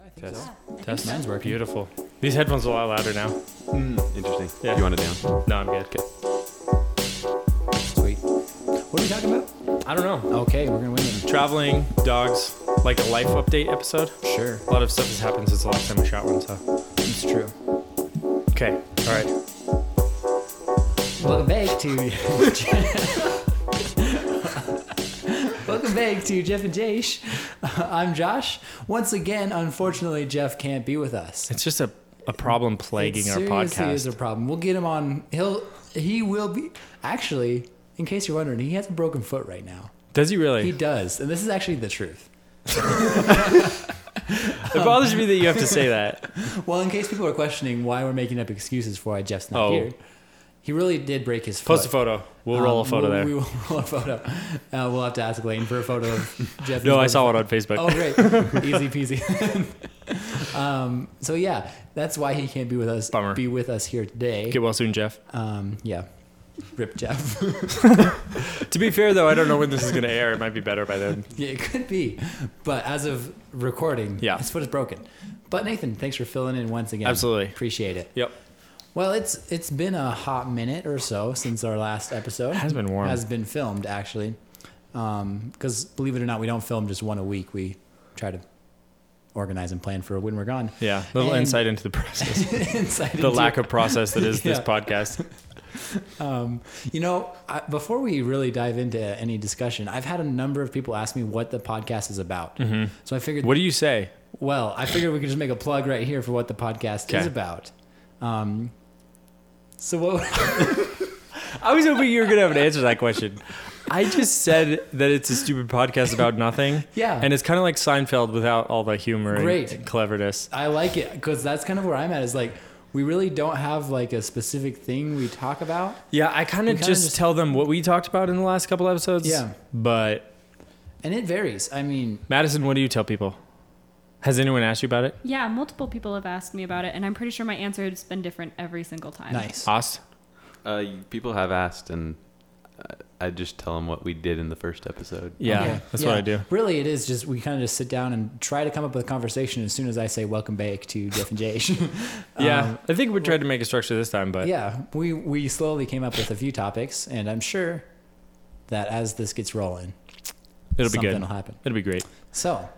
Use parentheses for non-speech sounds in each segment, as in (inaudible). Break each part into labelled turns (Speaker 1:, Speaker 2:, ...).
Speaker 1: think
Speaker 2: Test.
Speaker 1: so.
Speaker 2: Test. Mine's working. Beautiful. These headphones are a lot louder now.
Speaker 3: Hmm, Interesting.
Speaker 2: Yeah.
Speaker 3: You want it down?
Speaker 2: No, I'm good.
Speaker 1: Sweet. What are we talking about?
Speaker 2: I don't know.
Speaker 1: Okay, we're gonna win them.
Speaker 2: Traveling, dogs, like a life update episode.
Speaker 1: Sure,
Speaker 2: A lot of stuff has happened since the last time we shot one, so.
Speaker 1: it's true.
Speaker 2: Okay. All right.
Speaker 1: Welcome back to. (laughs) Welcome back to Jeff and Jash. (laughs) I'm Josh. Once again, unfortunately, Jeff can't be with us.
Speaker 2: It's just a, a problem plaguing
Speaker 1: It
Speaker 2: our
Speaker 1: seriously
Speaker 2: podcast.
Speaker 1: is a problem. We'll get him on. He'll he will be actually. In case you're wondering, he has a broken foot right now.
Speaker 2: Does he really?
Speaker 1: He does, and this is actually the truth.
Speaker 2: it bothers me that you have to say that.
Speaker 1: Well, in case people are questioning why we're making up excuses for why Jeff's not
Speaker 2: Oh.
Speaker 1: here, he really did break his foot.
Speaker 2: (laughs) Post a photo. We'll
Speaker 1: Um,
Speaker 2: roll a photo
Speaker 1: we'll-
Speaker 2: there.
Speaker 1: We will (laughs) roll a photo. Uh, we'll have to ask Lane for a photo
Speaker 2: (laughs)
Speaker 1: of Jeff.
Speaker 2: no, I saw one on Facebook.
Speaker 1: Oh, great. Easy peasy. (laughs) um, so, yeah, that's why he can't be with us.
Speaker 2: Bummer.
Speaker 1: Be with us here today.
Speaker 2: Get well soon, Jeff.
Speaker 1: Um, yeah. Rip Jeff. (laughs)
Speaker 2: To be fair, though, I don't know when this is going to air. It might be better by then.
Speaker 1: yeah, it could be. But as of recording,
Speaker 2: Yeah.
Speaker 1: his foot is broken. But, Nathan, thanks for filling in once again.
Speaker 2: Absolutely.
Speaker 1: Appreciate it.
Speaker 2: Yep.
Speaker 1: Well, it's it's been a hot minute or so since our last episode
Speaker 2: Has been warm.
Speaker 1: has been filmed actually, because believe it or not, we don't film just one a week. We try to organize and plan for when we're gone. (laughs)
Speaker 2: Yeah. Little
Speaker 1: And-
Speaker 2: insight into the (laughs) process.
Speaker 1: Inside
Speaker 2: the lack of process that is this
Speaker 1: Yeah.
Speaker 2: podcast.
Speaker 1: um, you know, I, before we really dive into any discussion, I've had a number of people ask me what the podcast is about. So I figured,
Speaker 2: Mm-hmm. What do you say?
Speaker 1: well, I figured we could just make a plug right here for what the podcast is
Speaker 2: Okay.
Speaker 1: about. Um, so what?
Speaker 2: I was hoping you were going to have an answer to that question. I just said that it's a stupid podcast about (laughs) nothing.
Speaker 1: Yeah.
Speaker 2: And it's kind of like Seinfeld without all the humor
Speaker 1: Great.
Speaker 2: and cleverness.
Speaker 1: I like it because that's kind of where I'm at. Is like we really don't have like a specific thing we talk about.
Speaker 2: Yeah, I kind
Speaker 1: We
Speaker 2: of
Speaker 1: kinda
Speaker 2: just,
Speaker 1: just-
Speaker 2: tell them what we talked about in the last couple episodes.
Speaker 1: Yeah.
Speaker 2: But
Speaker 1: And it varies. I mean,
Speaker 2: Madison, what do you tell people? Has anyone asked you about it?
Speaker 4: Yeah, multiple people have asked me about it, and I'm pretty sure my answer has been different every single time.
Speaker 1: nice.
Speaker 2: Asked?
Speaker 3: Uh, you- people have asked, and uh, I, I just tell them what we did in the first episode.
Speaker 2: Yeah,
Speaker 1: Okay.
Speaker 2: that's
Speaker 1: Yeah.
Speaker 2: what I do.
Speaker 1: Really, it is just we kind of just sit down and try to come up with a conversation as soon as I say welcome back to Jeff and
Speaker 2: (laughs)
Speaker 1: Jay.
Speaker 2: Yeah, I think we tried to make a structure this time, but
Speaker 1: yeah, we we slowly came up with a few topics, and I'm sure that as this gets rolling,
Speaker 2: it'll be
Speaker 1: something
Speaker 2: good.
Speaker 1: will happen.
Speaker 2: It'll be great.
Speaker 1: So.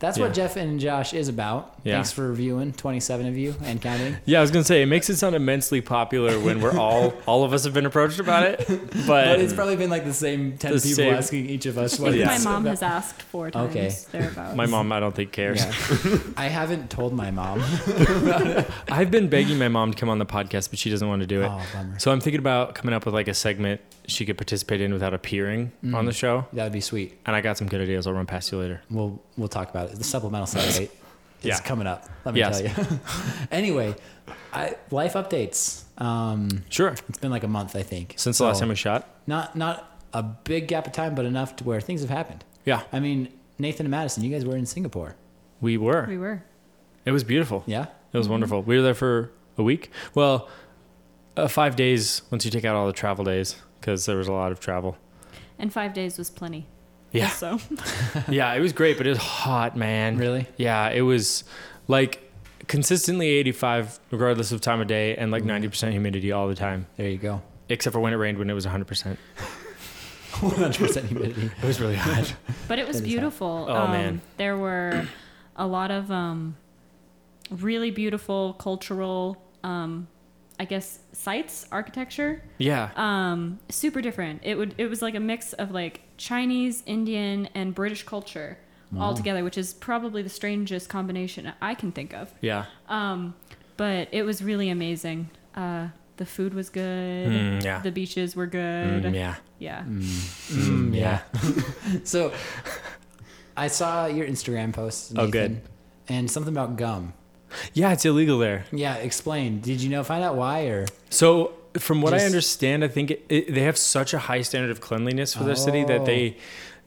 Speaker 1: That's
Speaker 2: Yeah.
Speaker 1: what Jeff and Josh is about.
Speaker 2: Yeah.
Speaker 1: Thanks for reviewing, 27 of you and
Speaker 2: (laughs)
Speaker 1: counting.
Speaker 2: Yeah, I was gonna say it makes it sound immensely popular when we're (laughs) all all of us have been approached about (laughs) it, but,
Speaker 1: But it's probably been like the same 10
Speaker 2: The
Speaker 1: people
Speaker 2: same-
Speaker 1: asking each of
Speaker 2: (laughs)
Speaker 1: us
Speaker 4: I
Speaker 1: what
Speaker 4: think
Speaker 2: Yeah.
Speaker 4: my
Speaker 1: it's
Speaker 4: mom
Speaker 1: about.
Speaker 4: has asked four times
Speaker 1: Okay.
Speaker 4: thereabouts.
Speaker 2: my mom I don't think cares.
Speaker 1: Yeah. (laughs) I haven't told my
Speaker 2: (laughs)
Speaker 1: mom.
Speaker 2: I've been begging my mom to come on the podcast, but she doesn't want to do it.
Speaker 1: Oh, bummer.
Speaker 2: So I'm thinking about coming up with like a segment she could participate in without appearing on the
Speaker 1: Mm.
Speaker 2: show.
Speaker 1: That would be sweet.
Speaker 2: And I got some good ideas. I'll run past you later.
Speaker 1: We'll we'll talk about it. The supplemental Saturday is
Speaker 2: Yeah.
Speaker 1: coming up. Let me
Speaker 2: Yes.
Speaker 1: tell you. (laughs) anyway, I, life updates. Um, (laughs)
Speaker 2: Sure.
Speaker 1: it's been like a month, I think,
Speaker 2: Since the last time we shot.
Speaker 1: Not not a big gap of time, but enough to where things have happened.
Speaker 2: Yeah,
Speaker 1: I mean, Nathan and Madison, you guys were in Singapore,
Speaker 2: we were.
Speaker 4: We were.
Speaker 2: It was beautiful.
Speaker 1: yeah?
Speaker 2: It was wonderful. We were there for a week. Well, uh, five days once you take out all the travel days because there was a lot of
Speaker 1: (laughs)
Speaker 2: travel.
Speaker 4: And five days was plenty.
Speaker 2: Yeah.
Speaker 4: So
Speaker 2: yeah, it was great, but it was hot, man.
Speaker 1: Really?
Speaker 2: Yeah, it was like consistently 85, regardless of time of day, and
Speaker 1: Mm.
Speaker 2: like 90% humidity all the time,
Speaker 1: There you go. (laughs)
Speaker 2: except for when it rained when it was 100%.
Speaker 1: 100% humidity.
Speaker 2: (laughs) It was really hot.
Speaker 4: but it was
Speaker 1: That is hot.
Speaker 4: beautiful.
Speaker 2: Oh,
Speaker 4: um,
Speaker 2: man.
Speaker 4: There were a lot of um, really beautiful cultural um, I guess sites, architecture.
Speaker 2: yeah.
Speaker 4: Um, super different. It would it was like a mix of like Chinese, Indian, and British culture all together, which is probably the strangest combination I can think of.
Speaker 2: Yeah.
Speaker 4: Um, but it was really amazing. Uh, the food was good.
Speaker 2: Mm, yeah.
Speaker 4: The beaches were good.
Speaker 2: Mm, yeah.
Speaker 4: yeah.
Speaker 1: Mm, yeah. (laughs) so I saw your Instagram post. Nathan,
Speaker 2: Oh, good.
Speaker 1: And something about gum.
Speaker 2: Yeah, it's illegal there.
Speaker 1: Yeah, explain. Did you know? Find out why or
Speaker 2: So, from what I
Speaker 1: Just-
Speaker 2: understand, I think it, it, they have such a high standard of cleanliness for their city that
Speaker 1: Oh.
Speaker 2: they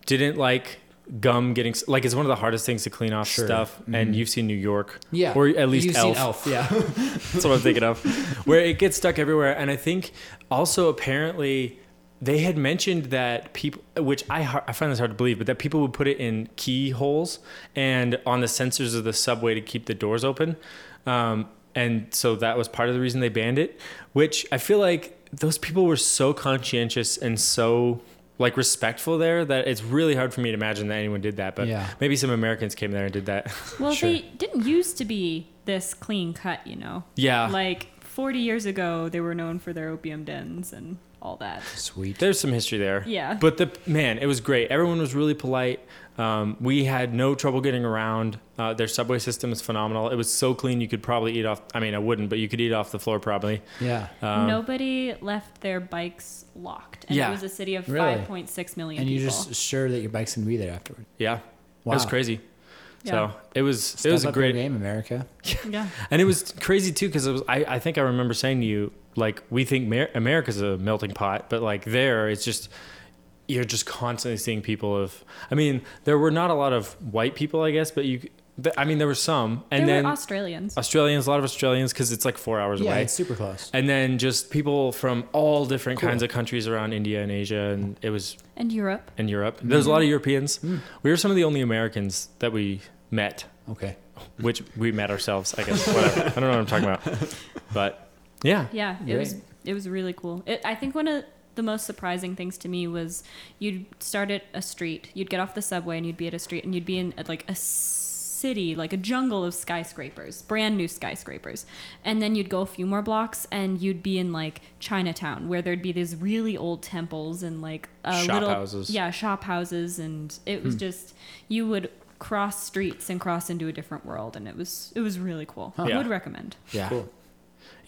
Speaker 2: didn't like gum getting s- like it's one of the hardest things to clean off
Speaker 1: Sure. Mm-hmm.
Speaker 2: stuff. And you've seen New York,
Speaker 1: yeah,
Speaker 2: or at least
Speaker 1: You've seen
Speaker 2: Elf.
Speaker 1: Yeah,
Speaker 2: (laughs) That's what I'm thinking of. Where it gets stuck everywhere. And I think also apparently they had mentioned that people, which I har- I find this hard to believe, but that people would put it in keyholes and on the sensors of the subway to keep the doors open, um, and so that was part of the reason they banned it. Which I feel like those people were so conscientious and so like respectful there that it's really hard for me to imagine that anyone did that. (laughs) But
Speaker 1: Yeah.
Speaker 2: maybe some Americans came there and did that. (laughs)
Speaker 4: Well,
Speaker 1: Sure.
Speaker 4: they didn't used to be this clean cut, you know.
Speaker 2: yeah,
Speaker 4: Like 40 years ago, they were known for their opium dens and all that.
Speaker 1: Sweet.
Speaker 2: There's some history there.
Speaker 4: Yeah.
Speaker 2: But the man, it was great. Everyone was really polite. Um, we had no trouble getting around. Uh, their subway system is phenomenal. It was so clean you could probably eat off. I mean, I wouldn't, but you could eat off the floor probably.
Speaker 1: Yeah.
Speaker 2: Um,
Speaker 4: Nobody left their bikes locked, and
Speaker 2: Yeah.
Speaker 4: it was a city of
Speaker 1: Really?
Speaker 4: 5.6 million
Speaker 1: And
Speaker 4: people.
Speaker 1: you're just sure that your bike's gonna be there afterward.
Speaker 2: Yeah. It was
Speaker 1: Wow.
Speaker 2: crazy.
Speaker 4: yeah.
Speaker 2: So it was it was
Speaker 1: Step
Speaker 2: a
Speaker 1: up your
Speaker 2: great
Speaker 1: game, America.
Speaker 2: (laughs)
Speaker 4: yeah.
Speaker 2: and it was crazy too because it was I, I think I remember saying to you like we think Mer- America's a melting pot but like there it's just you're just constantly seeing people of I mean there were not a lot of white people I guess but you th- I mean there were some and
Speaker 4: there
Speaker 2: then
Speaker 4: were Australians.
Speaker 2: Australians, a lot of Australians, because it's like four hours
Speaker 1: Yeah,
Speaker 2: away.
Speaker 1: it's super close.
Speaker 2: And then just people from all different
Speaker 1: Cool.
Speaker 2: kinds of countries around India and Asia, and it was
Speaker 4: and Europe.
Speaker 2: in Europe.
Speaker 1: Mm-hmm.
Speaker 2: There's a lot of Europeans.
Speaker 1: Mm.
Speaker 2: We were some of the only Americans that we met,
Speaker 1: Okay.
Speaker 2: which we met ourselves, I guess. Whatever. I don't know what I'm talking
Speaker 1: (laughs)
Speaker 2: about, but yeah,
Speaker 4: Yeah, it
Speaker 1: Great.
Speaker 4: was it was really cool. It, I think one of the most surprising things to me was you'd start at a street, you'd get off the subway, and you'd be at a street, and you'd be in uh, like a city, like a jungle of skyscrapers, brand new skyscrapers, and then you'd go a few more blocks, and you'd be in like Chinatown, where there'd be these really old temples and like a
Speaker 2: Shop
Speaker 4: little
Speaker 2: houses. Hmm.
Speaker 4: yeah, shop houses, and it was just you would cross streets and cross into a different world, and it was it was really cool. I
Speaker 2: Yeah.
Speaker 4: would recommend.
Speaker 1: Yeah.
Speaker 2: Cool.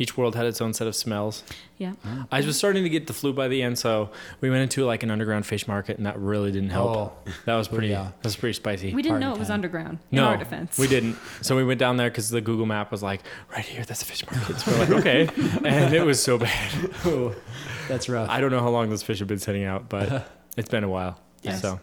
Speaker 2: Each world had its own set of smells.
Speaker 4: Yeah.
Speaker 2: I was starting to get the flu by the end, so we went into like an underground fish market, and that really didn't help.
Speaker 1: Oh.
Speaker 2: That was pretty.
Speaker 1: Yeah.
Speaker 2: That was pretty spicy.
Speaker 4: We
Speaker 1: Hard
Speaker 4: didn't know it was
Speaker 1: time.
Speaker 4: underground. In
Speaker 2: no,
Speaker 4: our defense,
Speaker 2: we didn't. So we went down there because the Google map was like, right here, that's a fish market. So we're like, okay. and it was so bad.
Speaker 1: (laughs) Oh, that's rough.
Speaker 2: I don't know how long those fish have been sitting out, but
Speaker 1: (laughs)
Speaker 2: it's been a while.
Speaker 4: Yes.
Speaker 2: So,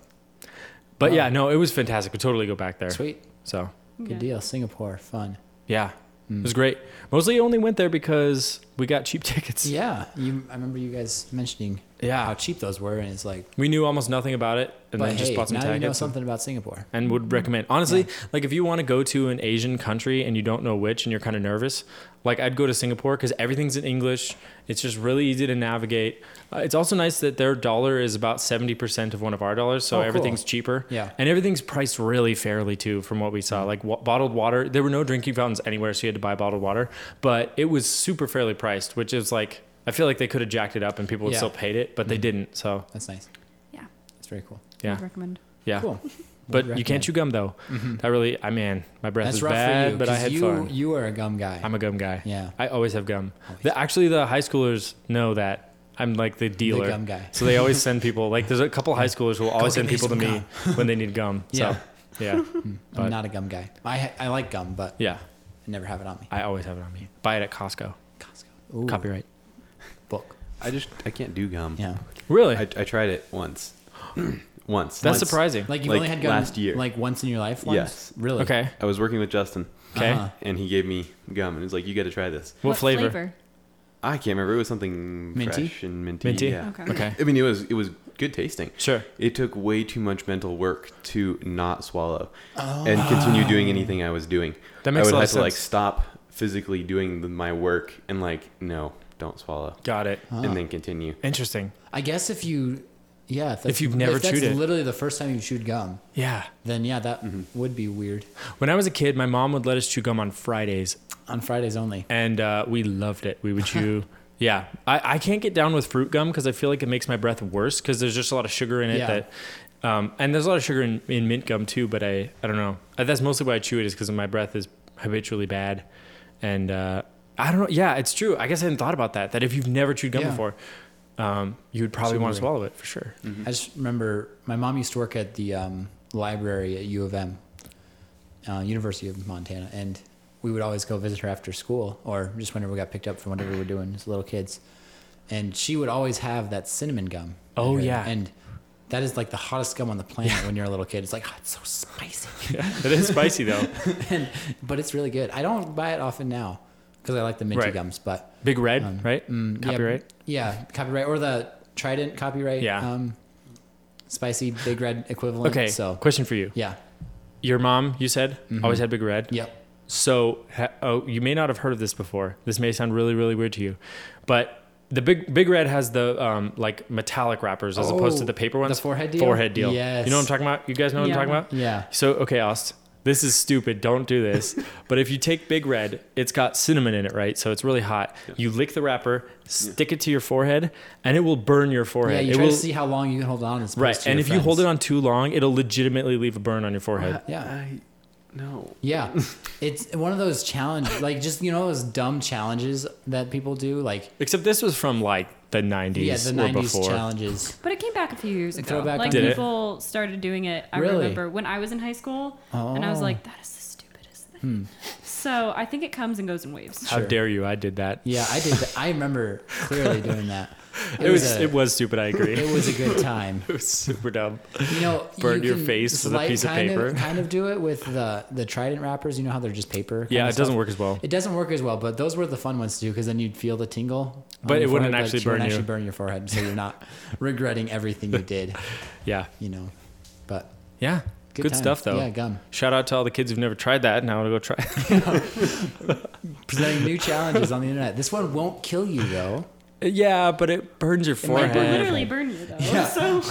Speaker 2: but
Speaker 1: Wow.
Speaker 2: yeah, no, it was fantastic. We'll totally go back there.
Speaker 1: Sweet.
Speaker 2: So,
Speaker 1: Good deal. Singapore. Fun.
Speaker 2: yeah,
Speaker 1: Hmm.
Speaker 2: it was great. Mostly only went there because we got cheap tickets.
Speaker 1: Yeah. You, I remember you guys mentioning how
Speaker 2: Yeah.
Speaker 1: cheap those were, and it's like,
Speaker 2: We knew almost nothing about it and
Speaker 1: but
Speaker 2: then
Speaker 1: hey,
Speaker 2: just bought some
Speaker 1: now
Speaker 2: tickets.
Speaker 1: you know
Speaker 2: and-
Speaker 1: something about Singapore.
Speaker 2: and would recommend. Honestly, like if you want to go to an Asian country and you don't know which and you're kind of nervous, like I'd go to Singapore because everything's in English. It's just really easy to navigate. Uh, it's also nice that their dollar is about 70% of one of our dollars, so
Speaker 1: Oh, cool.
Speaker 2: everything's cheaper.
Speaker 1: Yeah.
Speaker 2: And everything's priced really fairly too, from what we saw.
Speaker 1: Mm-hmm.
Speaker 2: Like w- bottled water, there were no drinking fountains anywhere, so you had to buy bottled water, but it was super fairly priced, which is like, I feel like they could have jacked it up and people would
Speaker 1: Yeah. Mm-hmm.
Speaker 2: still paid it, but they didn't. So,
Speaker 1: That's nice.
Speaker 4: Yeah,
Speaker 1: That's very cool.
Speaker 2: yeah.
Speaker 4: I'd recommend.
Speaker 2: Yeah.
Speaker 1: Cool. Would
Speaker 2: But you
Speaker 1: recommend. Mm-hmm.
Speaker 2: can't chew gum though. That really, I man, my breath
Speaker 1: That's
Speaker 2: is
Speaker 1: rough
Speaker 2: bad,
Speaker 1: for you.
Speaker 2: but I
Speaker 1: 'cause
Speaker 2: had
Speaker 1: you,
Speaker 2: fun.
Speaker 1: You are a gum guy.
Speaker 2: I'm a gum guy.
Speaker 1: yeah.
Speaker 2: I always have gum.
Speaker 1: Always.
Speaker 2: The, actually, the high schoolers know that I'm like the dealer.
Speaker 1: The gum guy.
Speaker 2: So they always send people. Like there's
Speaker 1: (laughs)
Speaker 2: a couple high schoolers who will always
Speaker 1: get
Speaker 2: send
Speaker 1: me
Speaker 2: people to
Speaker 1: some (laughs)
Speaker 2: me when they need gum.
Speaker 1: Yeah.
Speaker 2: So yeah, but-
Speaker 1: I'm not a gum guy. I ha- I like gum, but
Speaker 2: yeah.
Speaker 1: I never have it on me.
Speaker 2: I always have it on me. Buy it at Costco.
Speaker 1: Ooh,
Speaker 2: Copyright.
Speaker 1: book.
Speaker 3: I just I can't do gum.
Speaker 1: Yeah.
Speaker 2: Really?
Speaker 3: I, I tried it
Speaker 2: (clears throat)
Speaker 3: once. once.
Speaker 2: That's
Speaker 3: once.
Speaker 2: surprising.
Speaker 1: Like you've
Speaker 3: Like
Speaker 1: only had gum
Speaker 3: last year.
Speaker 1: like once in your life. Once?
Speaker 3: Yes.
Speaker 1: Really.
Speaker 2: okay.
Speaker 3: I was working with Justin,
Speaker 2: Okay.
Speaker 1: Uh-huh.
Speaker 3: and he gave me gum, and he's like, "You got to try this."
Speaker 2: What, flavor?
Speaker 3: I can't remember. It was something
Speaker 1: Minty?
Speaker 3: fresh and minty.
Speaker 2: Minty?
Speaker 3: Yeah.
Speaker 4: Okay.
Speaker 2: Okay.
Speaker 3: I mean, it was it was good tasting.
Speaker 2: Sure.
Speaker 3: It took way too much mental work to not swallow and continue doing anything I was doing.
Speaker 2: That makes
Speaker 3: I would
Speaker 2: a lot
Speaker 3: have
Speaker 2: of
Speaker 3: to like
Speaker 2: sense.
Speaker 3: stop physically doing the, my work and like no, don't swallow,
Speaker 2: Got it.
Speaker 1: Ah.
Speaker 3: and then continue.
Speaker 2: Interesting.
Speaker 1: I guess if you, yeah, if, that's,
Speaker 2: you've never
Speaker 1: that's
Speaker 2: chewed it.
Speaker 1: literally the first time you chewed gum,
Speaker 2: Yeah.
Speaker 1: then yeah, that
Speaker 3: Mm-hmm.
Speaker 1: would be weird.
Speaker 2: When I was a kid, my mom would let us chew gum on Fridays,
Speaker 1: On Fridays only.
Speaker 2: and uh, we loved it. We
Speaker 1: (laughs)
Speaker 2: would chew. yeah, I, I can't get down with fruit gum because I feel like it makes my breath worse because there's just a lot of sugar in it
Speaker 1: Yeah.
Speaker 2: that. Um, and there's a lot of sugar in, in mint gum too, but I, I don't know. Uh, That's mostly why I chew it is because my breath is habitually bad, and uh, I don't know. Yeah, it's true. I guess I hadn't thought about that. That if you've never chewed gum
Speaker 1: Yeah.
Speaker 2: before, um, you would probably
Speaker 1: Super
Speaker 2: want
Speaker 1: weird.
Speaker 2: to swallow it for sure. (laughs)
Speaker 1: I just remember my mom used to work at the um, library at U of M, uh, University of Montana, and we would always go visit her after school or just whenever we got picked up from whatever we were doing as little kids. And she would always have that cinnamon gum. in
Speaker 2: Oh,
Speaker 1: her-
Speaker 2: yeah.
Speaker 1: and that is like the hottest gum on the planet when you're a little kid. It's like oh, it's so spicy. (laughs)
Speaker 2: it is spicy though.
Speaker 1: and but it's really good. I don't buy it often now because I like the minty
Speaker 2: Right.
Speaker 1: gums, but
Speaker 2: Big red,
Speaker 1: Um,
Speaker 2: right?
Speaker 1: mm, yeah,
Speaker 2: Copyright.
Speaker 1: Yeah, copyright or the Trident copyright.
Speaker 2: Yeah.
Speaker 1: Um, spicy big red equivalent.
Speaker 2: Okay.
Speaker 1: So Mm-hmm.
Speaker 2: question for you.
Speaker 1: yeah.
Speaker 2: Your mom, you said, always had big red.
Speaker 1: Yep.
Speaker 2: So, ha- oh, you may not have heard of this before. This may sound really, really weird to you, but the big Big Red has the um, like metallic wrappers as opposed to
Speaker 1: Oh,
Speaker 2: the paper
Speaker 1: the
Speaker 2: ones.
Speaker 1: forehead deal?
Speaker 2: Forehead deal.
Speaker 1: Yes.
Speaker 2: You know what I'm talking about? You guys know what
Speaker 4: Yeah.
Speaker 2: I'm talking about?
Speaker 1: Yeah.
Speaker 2: So, okay, Ost, this is stupid. Don't do
Speaker 1: (laughs)
Speaker 2: this. but if you take Big Red, it's got cinnamon in it, right? So it's really hot. You lick the wrapper, stick it to your forehead, and it will burn your
Speaker 1: Yeah.
Speaker 2: forehead.
Speaker 1: You
Speaker 2: it
Speaker 1: try
Speaker 2: will,
Speaker 1: to see how long you can hold on. As
Speaker 2: right. And if you hold it on too long, it'll legitimately leave a burn on your forehead.
Speaker 1: Yeah.
Speaker 3: I, no.
Speaker 1: Yeah, it's one of those challenges, like just you know those dumb challenges that people do, like
Speaker 2: Except this was from like the 90s
Speaker 1: yeah, the
Speaker 2: or
Speaker 1: '90s
Speaker 2: before.
Speaker 1: challenges.
Speaker 4: But it came back a few years ago.
Speaker 1: Throwback
Speaker 4: like
Speaker 2: on- Did it?
Speaker 4: people started doing it. I
Speaker 1: Really?
Speaker 4: remember when I was in high school, and I was
Speaker 1: Oh.
Speaker 4: like, "That is the stupidest thing." So I think it comes and goes in waves.
Speaker 2: Hmm. How
Speaker 1: Sure.
Speaker 2: dare you? I did that.
Speaker 1: Yeah, I did. That. I remember clearly doing
Speaker 2: (laughs)
Speaker 1: that.
Speaker 2: It was
Speaker 1: a,
Speaker 2: (laughs) it was stupid. I agree.
Speaker 1: it was a good time.
Speaker 2: it was super dumb.
Speaker 1: You
Speaker 2: (laughs)
Speaker 1: know,
Speaker 2: Burned
Speaker 1: you
Speaker 2: your
Speaker 1: can
Speaker 2: face with a
Speaker 1: slight
Speaker 2: piece of
Speaker 1: kind
Speaker 2: paper.
Speaker 1: kind of do it with the the Trident wrappers. You know how they're just paper. kind
Speaker 2: Yeah,
Speaker 1: of
Speaker 2: it doesn't
Speaker 1: stuff?
Speaker 2: work as well.
Speaker 1: It doesn't work as well, but those were the fun ones to do because then you'd feel the tingle. on
Speaker 2: But
Speaker 1: your
Speaker 2: it wouldn't
Speaker 1: forehead,
Speaker 2: actually
Speaker 1: but
Speaker 2: burn you.
Speaker 1: Actually, burn your forehead, so you're
Speaker 2: (laughs)
Speaker 1: not regretting everything you did.
Speaker 2: Yeah,
Speaker 1: You know, but
Speaker 2: yeah,
Speaker 1: good,
Speaker 2: good,
Speaker 1: time.
Speaker 2: stuff though.
Speaker 1: Yeah, gum.
Speaker 2: Shout out to all the kids who've never tried that. Now to go try.
Speaker 1: presenting new challenges on the internet. This one won't kill you though.
Speaker 2: (laughs) yeah, but it burns your
Speaker 1: might burn Yeah.
Speaker 4: Like, we
Speaker 2: forehead.
Speaker 4: literally burn you though.
Speaker 1: Yeah.
Speaker 4: (laughs) So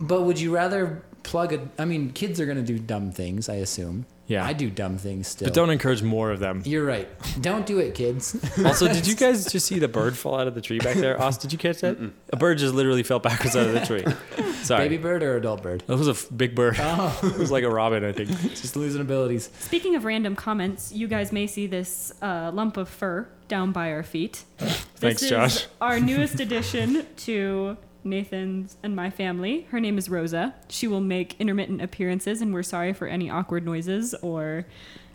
Speaker 1: But would you rather plug a? I mean, kids are gonna do dumb things. I assume.
Speaker 2: Yeah.
Speaker 1: I do dumb things still.
Speaker 2: But don't encourage more of (laughs) them.
Speaker 1: You're right. Don't do it,
Speaker 2: (laughs)
Speaker 1: kids.
Speaker 2: Also, did you guys just see the bird fall out of the tree back (laughs) there? Oz, did you catch that? A bird just literally fell backwards out of the tree. (laughs) Sorry.
Speaker 1: Baby bird or adult bird?
Speaker 2: That was a f- big bird.
Speaker 1: Oh,
Speaker 2: (laughs) It was like a robin, (laughs) I think.
Speaker 1: just losing abilities.
Speaker 4: speaking of random comments, you guys may see this uh, lump of fur down by
Speaker 2: (laughs)
Speaker 4: our feet.
Speaker 2: Thanks,
Speaker 4: this
Speaker 2: Josh.
Speaker 4: Is
Speaker 2: (laughs)
Speaker 4: our newest addition to Nathan's and my family. Her name is Rosa. She will make intermittent appearances, and we're sorry for any awkward noises or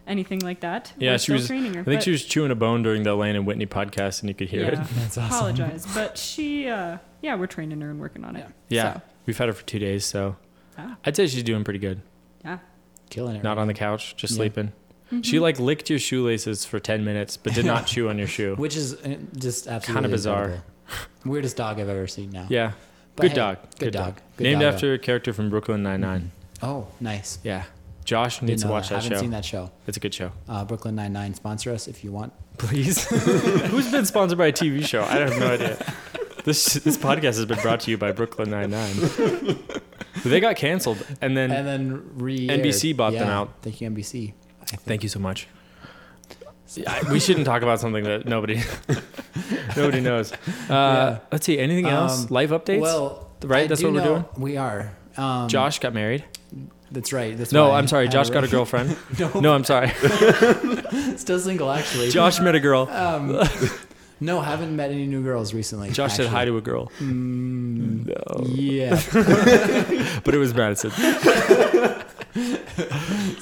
Speaker 4: anything like that.
Speaker 2: Yeah,
Speaker 4: We're
Speaker 2: she
Speaker 4: still
Speaker 2: was.
Speaker 4: Training her,
Speaker 2: I think
Speaker 4: but-
Speaker 2: she was chewing a bone during the Lane and Whitney podcast, and you could hear
Speaker 4: yeah.
Speaker 2: it.
Speaker 1: That's awesome.
Speaker 4: Apologize, but she, uh, yeah, we're training her and working on it.
Speaker 2: (laughs) Yeah,
Speaker 4: So,
Speaker 2: we've had her for two days, so
Speaker 4: Ah.
Speaker 2: I'd say she's doing pretty good.
Speaker 4: yeah.
Speaker 1: Killing it.
Speaker 2: Not on the couch, just
Speaker 1: Yeah.
Speaker 2: sleeping. She like licked your shoelaces for ten minutes, but did
Speaker 1: (laughs)
Speaker 2: not chew on your shoe.
Speaker 1: Which is uh, just absolutely
Speaker 2: bizarre.
Speaker 1: incredible. Weirdest dog I've ever seen now.
Speaker 2: Yeah,
Speaker 1: But
Speaker 2: good
Speaker 1: hey,
Speaker 2: dog.
Speaker 1: Good, dog. Good
Speaker 2: Named
Speaker 1: dog.
Speaker 2: after a character from Brooklyn Nine Nine.
Speaker 1: Oh, nice.
Speaker 2: Yeah, Josh
Speaker 1: Didn't
Speaker 2: needs to
Speaker 1: know
Speaker 2: watch that,
Speaker 1: Haven't
Speaker 2: show.
Speaker 1: seen that show.
Speaker 2: It's a good show.
Speaker 1: Uh, Brooklyn Nine Nine sponsor us if you
Speaker 2: (laughs)
Speaker 1: want.
Speaker 2: Please, who's been sponsored by a TV show? I have no
Speaker 1: (laughs)
Speaker 2: idea. This this podcast has been brought to you by Brooklyn Nine Nine.
Speaker 1: (laughs)
Speaker 2: they got canceled, and then
Speaker 1: And then re
Speaker 2: NBC bought them
Speaker 1: Yeah.
Speaker 2: out.
Speaker 1: Thank you, NBC.
Speaker 2: Thank you so much. I- we shouldn't talk about something that nobody (laughs) nobody knows. Uh,
Speaker 1: Yeah.
Speaker 2: Let's see. Anything else?
Speaker 1: Um,
Speaker 2: Life updates.
Speaker 1: Well,
Speaker 2: Right?
Speaker 1: I
Speaker 2: That's
Speaker 1: do
Speaker 2: what we're
Speaker 1: know- We are. Um,
Speaker 2: Josh got married.
Speaker 1: That's right. That's
Speaker 2: No,
Speaker 1: why
Speaker 2: I'm sorry.
Speaker 1: I
Speaker 2: Josh got a
Speaker 1: wrote-
Speaker 2: girlfriend.
Speaker 1: No.
Speaker 2: (laughs) no, I'm sorry.
Speaker 1: (laughs) Still single, actually.
Speaker 2: Josh met a girl. (laughs)
Speaker 1: Um, no, haven't met any new girls recently.
Speaker 2: Josh said hi
Speaker 1: actually.
Speaker 2: to Oh. a girl,
Speaker 1: Mm,
Speaker 2: no.
Speaker 1: Yeah.
Speaker 2: but it was (laughs) Madison.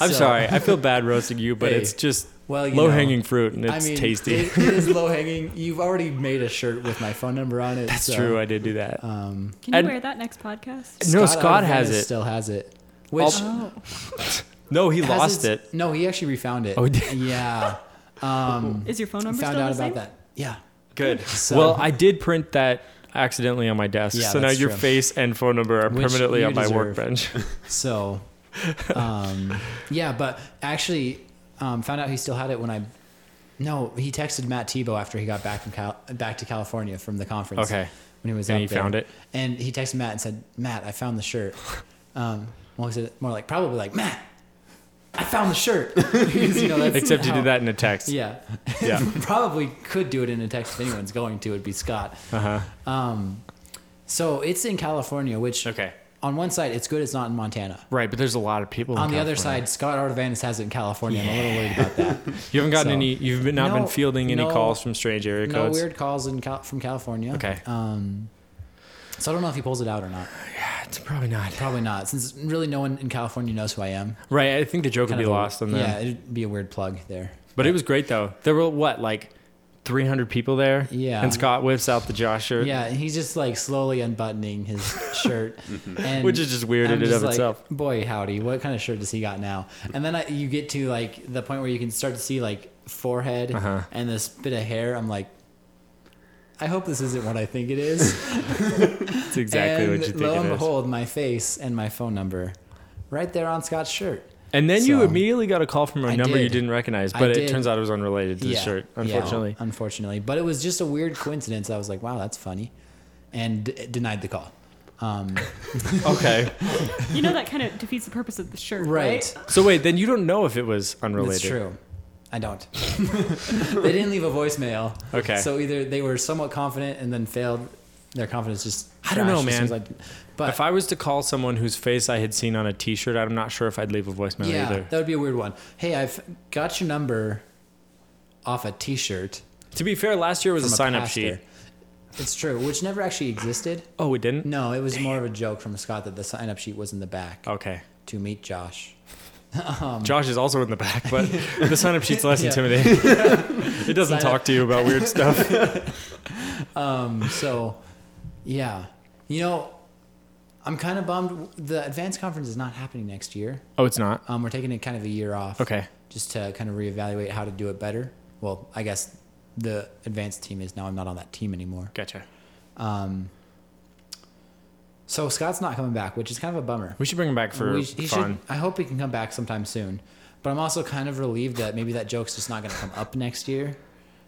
Speaker 2: I'm
Speaker 1: So-
Speaker 2: sorry. I feel bad roasting you, but
Speaker 1: Hey,
Speaker 2: it's just
Speaker 1: Well, you
Speaker 2: low
Speaker 1: know,
Speaker 2: hanging fruit and
Speaker 1: I
Speaker 2: it's
Speaker 1: mean,
Speaker 2: tasty.
Speaker 1: It, it
Speaker 2: (laughs)
Speaker 1: is low hanging. You've already made a shirt with my phone number on it.
Speaker 2: That's
Speaker 1: so,
Speaker 2: true. I did do that.
Speaker 1: Um,
Speaker 4: Can you
Speaker 2: And-
Speaker 4: wear that next podcast?
Speaker 2: no,
Speaker 1: out
Speaker 2: Scott
Speaker 1: of
Speaker 2: has
Speaker 1: Venice
Speaker 2: it.
Speaker 1: Still has it. Which
Speaker 4: Oh,
Speaker 2: No, he
Speaker 1: has
Speaker 2: lost
Speaker 1: its-
Speaker 2: it.
Speaker 1: No, he actually refound it.
Speaker 2: Oh, he
Speaker 1: (laughs)
Speaker 2: did?
Speaker 1: yeah. Um,
Speaker 4: is your phone number
Speaker 1: found
Speaker 4: still
Speaker 1: out
Speaker 4: the same?
Speaker 1: about that. Yeah.
Speaker 2: Good.
Speaker 1: So-
Speaker 2: well, I did print that accidentally on my desk,
Speaker 1: Yeah,
Speaker 2: so now
Speaker 1: that's
Speaker 2: your
Speaker 1: true.
Speaker 2: face and phone number are
Speaker 1: Which
Speaker 2: permanently
Speaker 1: you
Speaker 2: on my
Speaker 1: deserve.
Speaker 2: (laughs) workbench.
Speaker 1: So, um, yeah, but actually, um, found out he still had it when I. No, he texted Matt Tebow after he got back from Cal- back to California from the conference.
Speaker 2: Okay.
Speaker 1: when he was
Speaker 2: And
Speaker 1: out
Speaker 2: he
Speaker 1: there.
Speaker 2: found it?
Speaker 1: and he texted Matt and said, "Matt, I found the shirt." Um, well, he said more like probably like Matt, I found the shirt. (laughs) Because, you know, that's
Speaker 2: Except you
Speaker 1: how-
Speaker 2: did that in a text.
Speaker 1: Yeah, (laughs)
Speaker 2: Yeah. (laughs)
Speaker 1: probably could do it in a text if anyone's going to. It'd be Scott.
Speaker 2: Uh huh.
Speaker 1: Um, so it's in California, which
Speaker 2: Okay.
Speaker 1: on one side it's good it's not in Montana.
Speaker 2: Right, but there's a lot of people.
Speaker 1: On
Speaker 2: in
Speaker 1: the other
Speaker 2: California.
Speaker 1: side, Scott Artavanis has it in California. I'm a little worried about
Speaker 2: (laughs)
Speaker 1: that.
Speaker 2: you haven't gotten
Speaker 1: so-
Speaker 2: any. You've been, not been
Speaker 1: No,
Speaker 2: fielding any
Speaker 1: no,
Speaker 2: calls from strange area
Speaker 1: no
Speaker 2: codes.
Speaker 1: weird calls in Cal- from California.
Speaker 2: Okay.
Speaker 1: Um, so I don't know if he pulls it out or not.
Speaker 2: It's probably not.
Speaker 1: Probably not, since really no one in California knows who I am.
Speaker 2: Right, I think the joke would
Speaker 1: Kind
Speaker 2: be
Speaker 1: of a-
Speaker 2: lost on that.
Speaker 1: Yeah, it'd be a weird plug there.
Speaker 2: But it was great though. There were what like 300 people there.
Speaker 1: Yeah.
Speaker 2: And Scott whips out the Josh shirt.
Speaker 1: Yeah, and he's just like slowly unbuttoning
Speaker 2: (laughs)
Speaker 1: his shirt, and
Speaker 2: Mm-hmm. Which is just weird in
Speaker 1: I'm
Speaker 2: and
Speaker 1: just
Speaker 2: of
Speaker 1: like,
Speaker 2: itself.
Speaker 1: Boy, howdy! What kind of shirt does he got now? And then I, you get to like the point where you can start to see like forehead
Speaker 2: Uh-huh.
Speaker 1: and this bit of hair. I'm like, I hope this isn't what I think it is.
Speaker 2: It's (laughs) exactly
Speaker 1: and
Speaker 2: what you think
Speaker 1: lo and
Speaker 2: it is.
Speaker 1: behold, my face and my phone number, right there on Scott's shirt.
Speaker 2: And then you
Speaker 1: So-
Speaker 2: immediately got a call from a
Speaker 1: I
Speaker 2: number you
Speaker 1: did.
Speaker 2: didn't recognize,
Speaker 1: I
Speaker 2: but it
Speaker 1: did.
Speaker 2: turns out it was unrelated to the
Speaker 1: Yeah,
Speaker 2: shirt,
Speaker 1: yeah,
Speaker 2: unfortunately.
Speaker 1: (laughs) unfortunately, but it was just a weird coincidence. I was like, wow, that's funny, and d- denied the call. Um,
Speaker 2: Okay.
Speaker 1: (laughs)
Speaker 4: You know that kind of defeats the purpose of the shirt, right?
Speaker 1: right,
Speaker 2: So wait, then you don't know if it was unrelated.
Speaker 1: that's true. I
Speaker 2: (laughs)
Speaker 1: don't. (laughs) they didn't leave a voicemail.
Speaker 2: Okay.
Speaker 1: So either they were somewhat confident and then failed. Their confidence just.
Speaker 2: I don't know,
Speaker 1: crashed as soon as
Speaker 2: man.
Speaker 1: I- but
Speaker 2: if I was to call someone whose face I had seen on a T-shirt, I'm not sure if I'd leave a voicemail
Speaker 1: yeah,
Speaker 2: either.
Speaker 1: that would be a weird one. Hey, I've got your number off a T-shirt.
Speaker 2: To be fair, last year was a
Speaker 1: from
Speaker 2: sign-up
Speaker 1: pastor.
Speaker 2: sheet.
Speaker 1: It's true, which never actually existed.
Speaker 2: Oh, it didn't.
Speaker 1: No, it was more of a joke from Scott that the sign-up sheet was in the back
Speaker 2: Okay.
Speaker 1: to meet Josh.
Speaker 2: Josh is also in the
Speaker 1: (laughs)
Speaker 2: back, but (laughs) the sign-up sheet's less
Speaker 1: Um, Yeah.
Speaker 2: intimidating. (laughs) it doesn't
Speaker 1: Sign
Speaker 2: talk to you about
Speaker 1: (laughs)
Speaker 2: weird stuff.
Speaker 1: Um, so, yeah, you know, I'm kind of bummed. The advanced conference is not happening next year.
Speaker 2: Oh, it's not.
Speaker 1: Um, we're taking it kind of a year off.
Speaker 2: Okay.
Speaker 1: Just to kind of reevaluate how to do it better. Well, I guess the advanced team is now. I'm not on that team anymore.
Speaker 2: Gotcha.
Speaker 1: Um, so Scott's not coming back, which is kind of a bummer.
Speaker 2: We should bring him back for
Speaker 1: We- he Should,
Speaker 2: fun.
Speaker 1: I hope he can come back sometime soon. But I'm also kind of relieved that maybe that joke's just not going to come up next year.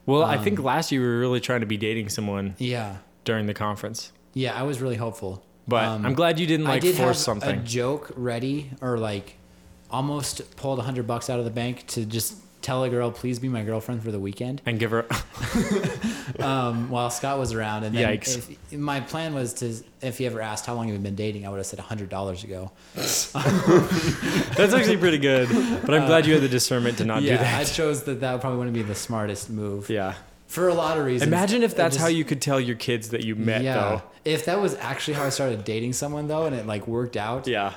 Speaker 2: Well, I
Speaker 1: Um,
Speaker 2: think last year we were really trying to be dating someone
Speaker 1: Yeah,
Speaker 2: during the conference,
Speaker 1: yeah, I was really hopeful.
Speaker 2: but
Speaker 1: Um,
Speaker 2: I'm glad you didn't
Speaker 1: I
Speaker 2: like
Speaker 1: did
Speaker 2: force
Speaker 1: have
Speaker 2: something.
Speaker 1: a joke ready, or like almost pulled a hundred bucks out of the bank to just tell a girl, "Please be my girlfriend for the weekend,"
Speaker 2: and give her (laughs)
Speaker 1: um, while Scott was around. And then
Speaker 2: Yikes.
Speaker 1: If, my plan was to, if he ever asked how long have you been dating, I would have said hundred dollars ago.
Speaker 2: that's actually pretty good. But I'm glad you had the discernment to not
Speaker 1: Uh, yeah,
Speaker 2: do that.
Speaker 1: I chose that that probably wouldn't be the smartest move
Speaker 2: yeah.
Speaker 1: for a lot of reasons.
Speaker 2: Imagine if
Speaker 1: It
Speaker 2: that's
Speaker 1: just-
Speaker 2: how you could tell your kids that you met, though.
Speaker 1: If that was actually how I started dating someone though, and it like worked out,
Speaker 2: Yeah,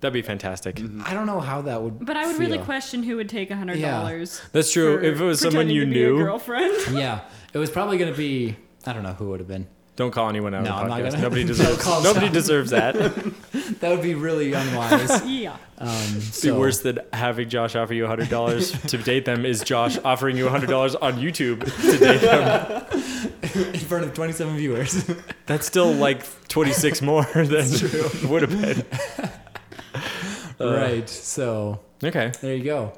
Speaker 2: that'd be fantastic.
Speaker 1: I don't know how that would.
Speaker 4: But I would really
Speaker 1: feel.
Speaker 4: question who would take a hundred dollars.
Speaker 2: That's true. if it was someone you knew,
Speaker 4: girlfriend.
Speaker 2: (laughs)
Speaker 1: Yeah, it was probably gonna be. I don't know who it would have been.
Speaker 2: don't call anyone out
Speaker 1: No,
Speaker 2: on
Speaker 1: I'm
Speaker 2: the
Speaker 1: not
Speaker 2: podcast.
Speaker 1: gonna-
Speaker 2: Nobody
Speaker 1: (laughs) Don't
Speaker 2: deserves.
Speaker 1: call
Speaker 2: nobody
Speaker 1: John.
Speaker 2: deserves
Speaker 1: (laughs)
Speaker 2: that. It'd
Speaker 1: That would be really
Speaker 2: (laughs)
Speaker 1: unwise.
Speaker 4: yeah.
Speaker 1: Um,
Speaker 2: be
Speaker 1: so,
Speaker 2: worse than having Josh offer you hundred
Speaker 1: (laughs)
Speaker 2: dollars to date them. Is Josh offering you hundred dollars on YouTube to date them?
Speaker 1: in front of 27 viewers.
Speaker 2: That's still like twenty
Speaker 1: (laughs)
Speaker 2: six more than it would have been. (laughs) Uh,
Speaker 1: right. So
Speaker 2: Okay.
Speaker 1: there you go.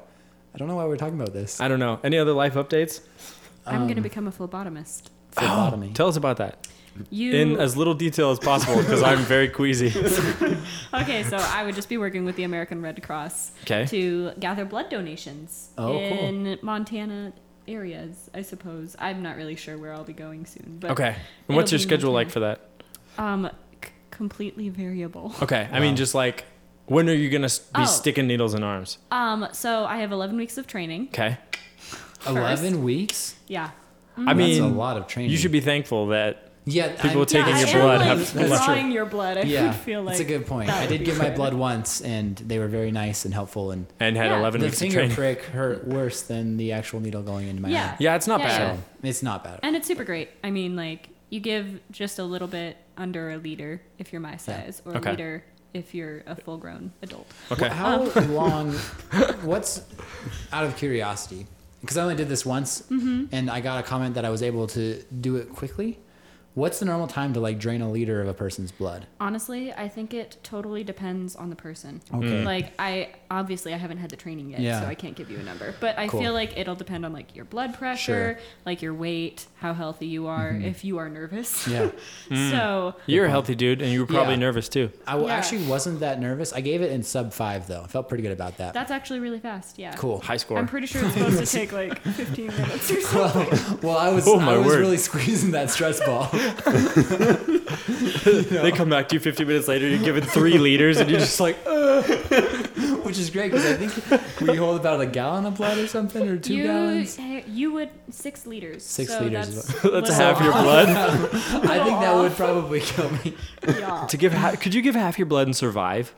Speaker 1: I don't know why we're talking about this.
Speaker 2: I don't know. Any other life updates?
Speaker 4: I'm
Speaker 1: Um.
Speaker 4: gonna become a phlebotomist.
Speaker 2: Oh,
Speaker 1: Phlebotomy.
Speaker 2: Tell us about that
Speaker 4: You
Speaker 2: in as little detail as possible because I'm very
Speaker 4: (laughs)
Speaker 2: queasy.
Speaker 4: okay? So I would just be working with the American Red Cross
Speaker 2: Okay.
Speaker 4: to gather blood donations
Speaker 1: Oh, cool.
Speaker 4: in Montana areas. I suppose I'm not really sure where I'll be going soon, but
Speaker 2: Okay. And
Speaker 4: It'll
Speaker 2: what's your
Speaker 4: be
Speaker 2: schedule like
Speaker 4: Montana.
Speaker 2: for that?
Speaker 4: um, c- completely variable.
Speaker 2: Okay. I
Speaker 1: Wow.
Speaker 2: mean, just like, when are you going to be
Speaker 4: Oh.
Speaker 2: sticking needles in arms?
Speaker 4: Um, so I have 11 weeks of training.
Speaker 2: Okay.
Speaker 1: 11 weeks.
Speaker 4: Yeah,
Speaker 2: I mean,
Speaker 1: that's a lot of training.
Speaker 2: you should be thankful that.
Speaker 1: Yeah,
Speaker 2: people
Speaker 1: I'm-
Speaker 2: taking
Speaker 4: yeah,
Speaker 2: your
Speaker 4: I
Speaker 2: blood
Speaker 4: Am,
Speaker 2: have-
Speaker 4: like,
Speaker 2: That's true.
Speaker 4: drawing your blood. I
Speaker 1: Yeah,
Speaker 4: would feel like
Speaker 1: that's a good point.
Speaker 4: that
Speaker 1: I
Speaker 4: would
Speaker 1: did
Speaker 4: be
Speaker 1: give my
Speaker 4: good.
Speaker 1: blood once, and they were very nice and helpful. And
Speaker 2: And had
Speaker 4: Yeah.
Speaker 2: 11
Speaker 1: the
Speaker 2: weeks of
Speaker 1: finger
Speaker 2: training.
Speaker 1: prick hurt worse than the actual needle going into my
Speaker 4: Yeah.
Speaker 1: eye.
Speaker 2: yeah, it's not
Speaker 4: Yeah,
Speaker 2: bad.
Speaker 4: yeah.
Speaker 1: So it's not bad.
Speaker 4: And it's super great. I mean, like you give just a little bit under a liter if you're my size, or
Speaker 2: Okay.
Speaker 4: a liter if you're a full-grown adult.
Speaker 2: Okay.
Speaker 1: How
Speaker 4: um, (laughs)
Speaker 1: long? What's out of curiosity? Because I only did this once,
Speaker 4: Mm-hmm.
Speaker 1: and I got a comment that I was able to do it quickly. What's the normal time to like drain a liter of a person's blood?
Speaker 4: Honestly, I think it totally depends on the person.
Speaker 1: Okay.
Speaker 4: Like I obviously I haven't had the training yet,
Speaker 1: Yeah.
Speaker 4: so I can't give you a number. But I
Speaker 1: Cool.
Speaker 4: feel like it'll depend on like your blood pressure, like your weight, how healthy you are, if you are nervous.
Speaker 1: Mm-hmm.
Speaker 4: (laughs)
Speaker 1: Yeah,
Speaker 4: so
Speaker 2: You're a healthy dude, and you were probably
Speaker 1: Yeah.
Speaker 2: nervous too.
Speaker 1: I w-
Speaker 4: Yeah.
Speaker 1: actually wasn't that nervous. I gave it in sub five though. I felt pretty good about that.
Speaker 4: that's actually really fast. Yeah.
Speaker 1: cool.
Speaker 2: High score.
Speaker 4: I'm pretty sure it's supposed to take like 15 minutes or so.
Speaker 1: well, (laughs) well, I was
Speaker 2: Oh, my
Speaker 1: I was
Speaker 2: word.
Speaker 1: really (laughs) squeezing that stress ball. (laughs)
Speaker 2: They come back to you 50 minutes later, you're given three liters, and you're just like, (laughs)
Speaker 1: which is great because I think we hold about a gallon of blood or something, or two
Speaker 4: you,
Speaker 1: gallons.
Speaker 4: You would six liters.
Speaker 1: Six
Speaker 4: so
Speaker 1: liters is (laughs)
Speaker 4: That's,
Speaker 2: that's
Speaker 4: little
Speaker 2: half your
Speaker 4: off.
Speaker 2: blood.
Speaker 1: I think that would probably kill me.
Speaker 4: Yeah.
Speaker 2: to give, ha- Could you give half your blood and survive?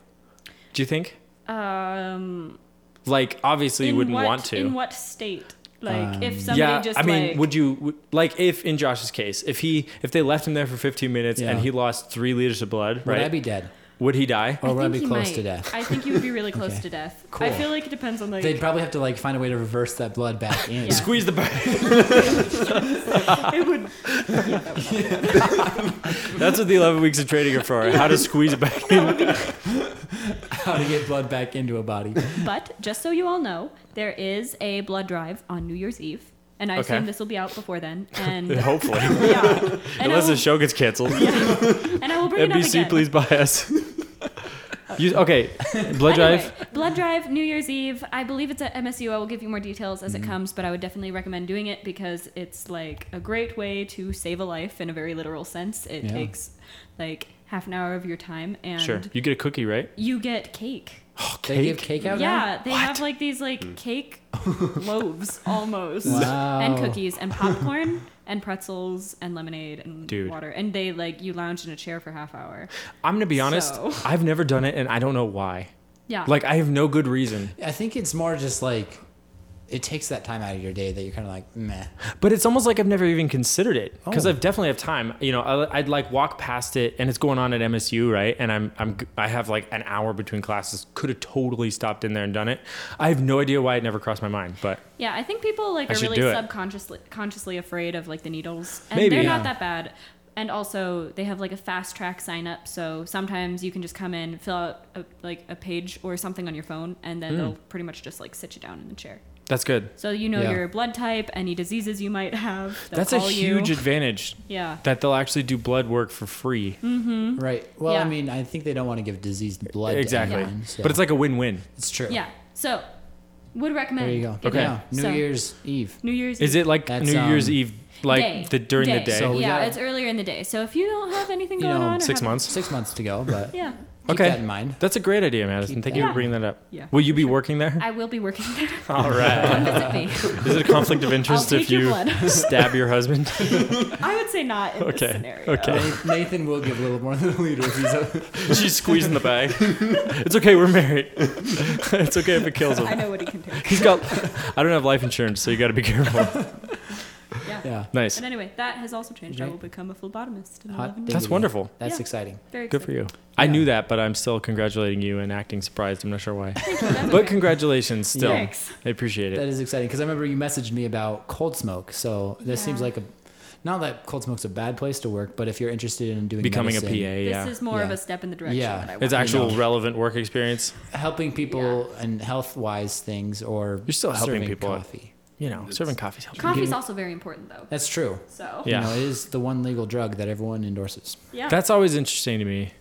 Speaker 2: Do you think?
Speaker 1: (laughs)
Speaker 4: Um,
Speaker 2: Like, obviously, you
Speaker 4: in
Speaker 2: wouldn't
Speaker 4: what-
Speaker 2: want to.
Speaker 4: In what state? Like if
Speaker 1: Um,
Speaker 4: somebody just
Speaker 2: I mean,
Speaker 4: like,
Speaker 2: would you would- like if in Josh's case, if he if they left him there for 15 minutes and
Speaker 1: Yeah.
Speaker 2: he lost three liters of blood,
Speaker 1: Would I
Speaker 2: right?
Speaker 1: be dead?
Speaker 2: Would he die?
Speaker 4: I
Speaker 1: Or would I
Speaker 4: think
Speaker 1: be
Speaker 4: he
Speaker 1: Oh, close
Speaker 4: might.
Speaker 1: to death?
Speaker 4: I think you would be
Speaker 1: (laughs)
Speaker 4: really close
Speaker 1: Okay.
Speaker 4: to death.
Speaker 2: Cool.
Speaker 4: I feel like (laughs) it depends on like.
Speaker 1: They'd probably have to like find a way to reverse that blood
Speaker 4: (laughs)
Speaker 1: back in.
Speaker 4: Yeah.
Speaker 2: Squeeze the brain.
Speaker 4: it would.
Speaker 2: That's what the 11 weeks of training are for. How to squeeze it back in.
Speaker 1: (laughs) How to get blood back into a body.
Speaker 4: But just so you all know, there is a blood drive on New Year's Eve, and I
Speaker 2: Okay.
Speaker 4: assume this will be out before then.
Speaker 1: (laughs)
Speaker 4: And
Speaker 2: (laughs) Hopefully.
Speaker 4: yeah, and I
Speaker 2: Unless
Speaker 4: will,
Speaker 2: the show gets canceled.
Speaker 4: and I will bring it up
Speaker 2: NBC,
Speaker 4: again.
Speaker 2: please buy
Speaker 4: (laughs)
Speaker 2: us. You- okay, blood drive.
Speaker 4: Anyway, blood drive, New Year's Eve. I believe it's at MSU. I will give you more details as
Speaker 2: Mm-hmm.
Speaker 4: it comes, but I would definitely recommend doing it because it's like a great way to save a life in a very literal sense. It
Speaker 1: Yeah.
Speaker 4: takes like half an hour of your time, and
Speaker 2: Sure. You get a cookie, right? Oh,
Speaker 4: you get cake.
Speaker 1: Oh, They give cake out now?
Speaker 4: Yeah, they have like these like
Speaker 2: Hmm. (laughs)
Speaker 4: cake loaves almost,
Speaker 1: Wow.
Speaker 4: and cookies and popcorn and pretzels and lemonade and
Speaker 2: Dude.
Speaker 4: water, and they like you lounge in a chair for half hour.
Speaker 2: I'm gonna be honest.
Speaker 4: So- Ah.
Speaker 2: I've never done it, and I don't know why.
Speaker 4: Yeah,
Speaker 2: Like, I have no good reason.
Speaker 1: I think it's more just like it takes that time out of your day that you're kind of like meh.
Speaker 2: But it's almost like I've never even considered it because
Speaker 1: Oh.
Speaker 2: I've definitely have time. You know, I, I'd like walk past it, and it's going on at MSU, right? And I'm I'm I have like an hour between classes. Could have totally stopped in there and done it. I have no idea why it never crossed my mind, but
Speaker 4: Yeah, I think people like
Speaker 2: I
Speaker 4: are
Speaker 2: should
Speaker 4: really
Speaker 2: do it.
Speaker 4: subconsciously consciously afraid of like the needles, and
Speaker 2: Maybe,
Speaker 4: they're
Speaker 2: yeah.
Speaker 4: not that bad. And also, they have like a fast track sign up, so sometimes you can just come in, fill out a, like a page or something on your phone, and
Speaker 2: Hmm.
Speaker 4: then they'll pretty much just like sit you down in the chair.
Speaker 2: that's good.
Speaker 4: So you know
Speaker 1: Yeah.
Speaker 4: your blood type, any diseases you might have. They'll
Speaker 2: That's a
Speaker 4: call you.
Speaker 2: huge advantage
Speaker 4: yeah.
Speaker 2: that they'll actually do blood work for free.
Speaker 1: Right. Well, I
Speaker 4: Hmm? Yeah.
Speaker 1: mean, I think they don't want to give diseased blood.
Speaker 2: exactly.
Speaker 1: To anyone, so.
Speaker 2: But it's like a win-win.
Speaker 1: it's true.
Speaker 4: Yeah. So, would recommend.
Speaker 1: There you go.
Speaker 4: Give
Speaker 2: Okay.
Speaker 4: it
Speaker 1: Yeah.
Speaker 4: a
Speaker 1: New
Speaker 4: So-
Speaker 1: Year's Eve.
Speaker 4: New Year's.
Speaker 2: Is
Speaker 4: Eve
Speaker 2: it like
Speaker 1: That's,
Speaker 2: New Year's
Speaker 1: um,
Speaker 2: Eve, like
Speaker 4: day.
Speaker 2: the during the day?
Speaker 1: So we
Speaker 4: yeah,
Speaker 1: gotta-
Speaker 4: it's earlier in the day. So if you don't have anything
Speaker 1: You
Speaker 4: going
Speaker 1: know,
Speaker 4: on, or
Speaker 2: Six
Speaker 4: have-
Speaker 2: months.
Speaker 1: Six months to go, but
Speaker 4: Yeah.
Speaker 1: keep
Speaker 2: Okay.
Speaker 1: that in mind.
Speaker 2: That's a great idea, Madison.
Speaker 1: Keep
Speaker 2: Thank
Speaker 1: that-
Speaker 2: you for
Speaker 4: Yeah.
Speaker 2: bringing that up.
Speaker 4: Yeah.
Speaker 2: Will you be working there?
Speaker 4: I will be working (laughs) there.
Speaker 2: All right. (laughs)
Speaker 4: Come visit me.
Speaker 2: Is it a conflict of interest
Speaker 4: I'll
Speaker 2: if
Speaker 4: take your
Speaker 2: you (laughs)
Speaker 4: blood.
Speaker 2: stab your
Speaker 4: (laughs)
Speaker 2: husband?
Speaker 4: I would say not in
Speaker 2: Okay,
Speaker 4: this scenario.
Speaker 2: okay.
Speaker 1: Nath- Nathan will give a little more (laughs) than a liter if he's up.
Speaker 2: She's squeezing the bag. (laughs) It's okay, we're married. (laughs) It's okay if it kills
Speaker 4: I
Speaker 2: him.
Speaker 4: know what he can take.
Speaker 2: He's got. I don't have life insurance, so you got to be
Speaker 4: (laughs)
Speaker 2: careful.
Speaker 4: Yeah.
Speaker 1: Yeah.
Speaker 2: Nice.
Speaker 4: But anyway, that has also changed. I
Speaker 1: Right.
Speaker 4: will become a phlebotomist in
Speaker 1: Hot
Speaker 4: 11
Speaker 1: diggity.
Speaker 4: days.
Speaker 2: That's wonderful.
Speaker 1: That's
Speaker 4: Yeah.
Speaker 1: exciting.
Speaker 4: Very
Speaker 2: Good for you. I knew that, but I'm still congratulating you and acting surprised. I'm not sure
Speaker 4: (laughs)
Speaker 2: why.
Speaker 4: That's
Speaker 2: But
Speaker 4: okay.
Speaker 2: congratulations, still.
Speaker 4: Thanks.
Speaker 2: I appreciate
Speaker 1: That
Speaker 2: it.
Speaker 1: is exciting because I remember you messaged me about cold smoke. So this
Speaker 4: Yeah.
Speaker 1: seems like a, not that cold smoke's a bad place to work, but if you're interested in doing
Speaker 2: Becoming a PA,
Speaker 1: medicine,
Speaker 2: yeah.
Speaker 4: This is more of
Speaker 1: Yeah.
Speaker 4: a step in the direction
Speaker 1: Yeah.
Speaker 4: that I want.
Speaker 2: It's actual relevant work experience.
Speaker 1: helping people and health wise things, or
Speaker 2: You're still helping
Speaker 1: serving
Speaker 2: people.
Speaker 1: Coffee.
Speaker 2: You know,
Speaker 3: It's-
Speaker 2: serving coffee's helping.
Speaker 4: Coffee's
Speaker 1: Getting-
Speaker 4: also very important, though.
Speaker 1: That's true.
Speaker 4: So,
Speaker 2: Yeah.
Speaker 1: You know, it is the one legal drug that everyone endorses.
Speaker 4: yeah.
Speaker 2: That's always interesting to me.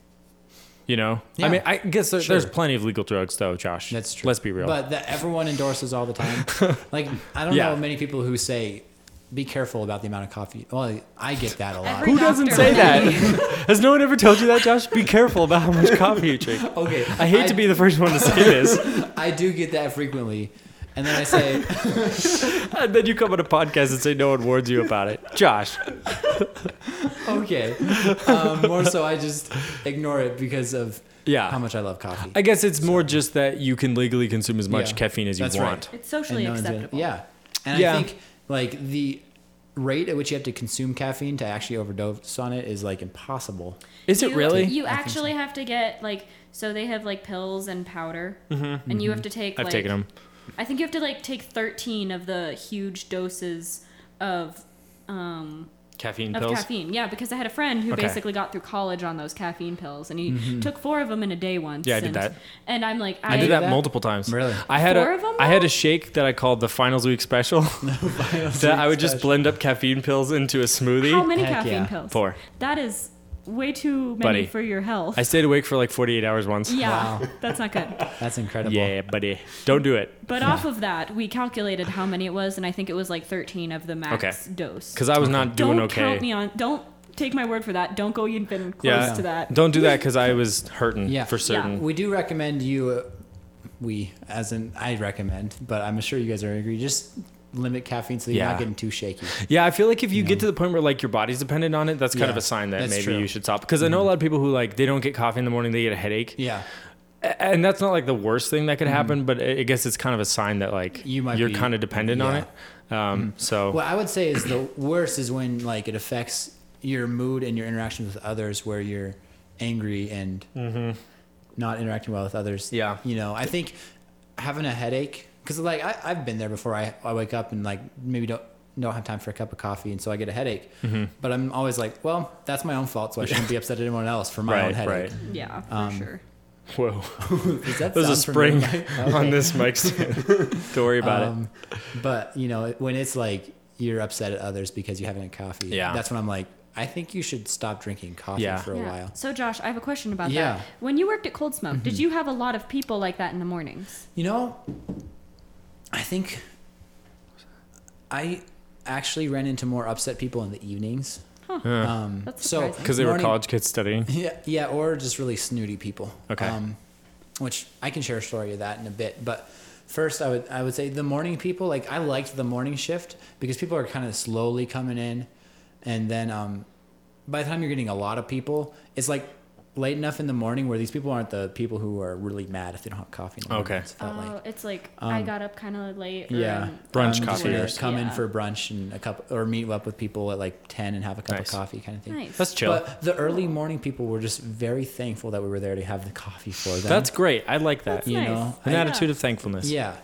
Speaker 2: You know, I
Speaker 1: Yeah.
Speaker 2: mean, I guess there,
Speaker 1: Sure.
Speaker 2: there's plenty of legal drugs, though, Josh.
Speaker 1: That's true.
Speaker 2: Let's be real.
Speaker 1: But that everyone endorses all the time. (laughs) like I don't
Speaker 2: Yeah.
Speaker 1: know many people who say, "Be careful about the amount of coffee." Well, I get that a lot.
Speaker 4: Every
Speaker 2: Who doesn't
Speaker 4: doctor
Speaker 2: say
Speaker 4: will
Speaker 2: that?
Speaker 4: tell
Speaker 2: (laughs) Has no one ever told you that, Josh? Be careful about how much coffee you drink.
Speaker 1: okay,
Speaker 2: I hate to be the first one to say this,
Speaker 1: I do get that frequently, and then I say,
Speaker 2: (laughs)
Speaker 1: (laughs)
Speaker 2: and then you come on a podcast and say no one warns you about it, Josh.
Speaker 1: "Okay." Um, more so, I just ignore it because of
Speaker 2: Yeah.
Speaker 1: how much I love coffee.
Speaker 2: I guess it's more just that you can legally consume as much
Speaker 1: Yeah.
Speaker 2: caffeine as you
Speaker 1: That's right.
Speaker 2: want.
Speaker 4: It's
Speaker 1: And
Speaker 4: socially
Speaker 1: no one's in-
Speaker 4: acceptable.
Speaker 1: yeah, and
Speaker 2: Yeah.
Speaker 1: I think like the rate at which you have to consume caffeine to actually overdose on it is like impossible.
Speaker 2: Is it
Speaker 4: You-
Speaker 2: really?
Speaker 4: You actually have to get like so they have like pills and powder, and you have to take.
Speaker 2: Mm-hmm, I've
Speaker 4: like,
Speaker 2: taken them.
Speaker 4: I think you have to like take thirteen of the huge doses of um
Speaker 2: Caffeine
Speaker 4: of
Speaker 2: pills.
Speaker 4: caffeine. Yeah, because I had a friend who
Speaker 2: Okay. Mm-hmm.
Speaker 4: basically got through college on those caffeine pills, and he took four of them in a day once.
Speaker 2: Yeah, I did
Speaker 4: and,
Speaker 2: that.
Speaker 4: And I'm like, I,
Speaker 2: I did that
Speaker 1: that?
Speaker 2: multiple times.
Speaker 1: Really?
Speaker 2: I had
Speaker 4: Four
Speaker 2: a
Speaker 4: of 'em,
Speaker 2: I had a shake that I called the finals
Speaker 1: (laughs)
Speaker 2: week special. (laughs) that I would just blend up caffeine pills into a smoothie.
Speaker 4: How many
Speaker 1: Heck
Speaker 4: caffeine
Speaker 1: yeah.
Speaker 4: pills?
Speaker 2: Four.
Speaker 4: That is way too many
Speaker 2: Buddy.
Speaker 4: for your health.
Speaker 2: I stayed awake for like 48 hours once.
Speaker 4: (laughs) yeah,
Speaker 1: Wow.
Speaker 4: that's not good.
Speaker 1: That's incredible.
Speaker 2: Yeah, buddy. Don't do it.
Speaker 4: But off of that, we calculated how many it was, and I think it was like 13 of the max
Speaker 2: Okay.
Speaker 4: dose.
Speaker 2: Because I was not
Speaker 4: don't
Speaker 2: doing okay.
Speaker 4: count me on. Don't take my word for that. Don't go even close to that.
Speaker 2: Don't do that because I was hurting
Speaker 1: Yeah.
Speaker 2: for certain.
Speaker 1: We do recommend you, uh, we, as in I recommend, but I'm sure you guys are agree. Just limit caffeine so you're
Speaker 2: Yeah.
Speaker 1: not getting too
Speaker 2: (laughs)
Speaker 1: shaky.
Speaker 2: Yeah. I feel like if you get to the point where like your body's dependent on it, that's kind
Speaker 1: Yeah,
Speaker 2: of a sign that
Speaker 1: that's
Speaker 2: maybe
Speaker 1: true. Mm-hmm.
Speaker 2: you should stop. Because I know a lot of people who like they don't get coffee in the morning, they get a headache,
Speaker 1: Yeah,
Speaker 2: A- and that's not like the worst thing that could happen. But I I guess it's kind of a sign that like
Speaker 1: Mm-hmm. You might
Speaker 2: you're
Speaker 1: be-
Speaker 2: kind of dependent on
Speaker 1: yeah. Mm-hmm.
Speaker 2: it. Um, So
Speaker 1: what I would say is the worst is when like it affects your mood and your interactions with others, where you're angry and not interacting well with others.
Speaker 2: Mm-hmm. Yeah.
Speaker 1: You know, I think having a headache because like I, I've been there before. I, I wake up and like maybe don't don't have time for a cup of coffee, and so I get a headache.
Speaker 2: Mm-hmm.
Speaker 1: But I'm always like, well, that's my own fault, so I shouldn't be upset at anyone else for my own
Speaker 2: (laughs) Right,
Speaker 1: headache.
Speaker 4: Yeah, for
Speaker 1: Um,
Speaker 4: sure.
Speaker 2: Whoa.
Speaker 1: Does that
Speaker 2: (laughs) There's a
Speaker 1: sound familiar? (laughs)
Speaker 2: spring on this mic stand. Don't worry about it.
Speaker 1: Um, But you know, when it's like you're upset at others because you haven't had coffee,
Speaker 2: Yeah.
Speaker 1: that's when I'm like, I think you should stop drinking coffee
Speaker 2: Yeah.
Speaker 1: for a
Speaker 4: yeah.
Speaker 1: while.
Speaker 4: So Josh, I have a question about
Speaker 1: Yeah. Mm-hmm.
Speaker 4: that. When you worked at Cold Smoke, did you have a lot of people like that in the mornings?
Speaker 1: You know, I think I actually ran into more upset people in the evenings.
Speaker 4: Huh.
Speaker 1: Um,
Speaker 4: That's
Speaker 1: so
Speaker 4: surprising.
Speaker 2: Because they were
Speaker 1: morning-
Speaker 2: college kids studying.
Speaker 1: Yeah, yeah, or just really snooty people. Um,
Speaker 2: Okay.
Speaker 1: which I can share a story of that in a bit, but first I would I would say the morning people like I liked the morning shift because people are kind of slowly coming in, and then um, by the time you're getting a lot of people, it's like late enough in the morning where these people aren't the people who are really mad if they don't have coffee. In the morning,
Speaker 2: Okay.
Speaker 1: it's felt like.
Speaker 4: Oh, it's like
Speaker 1: I
Speaker 4: I
Speaker 1: um,
Speaker 4: got up kind of late.
Speaker 1: Yeah, Um,
Speaker 2: Brunch
Speaker 1: just
Speaker 2: coffee
Speaker 1: wanna
Speaker 2: or-
Speaker 1: Come in
Speaker 4: Yeah.
Speaker 1: for brunch and a cup, or meet up with people at like ten and have a cup
Speaker 2: Nice.
Speaker 1: of coffee, kind of thing.
Speaker 4: Nice.
Speaker 2: That's chill.
Speaker 1: But the early morning people were just very thankful that we were there to have the coffee for them.
Speaker 2: That's great. I like that.
Speaker 4: That's
Speaker 1: you
Speaker 4: nice.
Speaker 1: know,
Speaker 2: An
Speaker 1: I-
Speaker 2: attitude of thankfulness.
Speaker 1: yeah.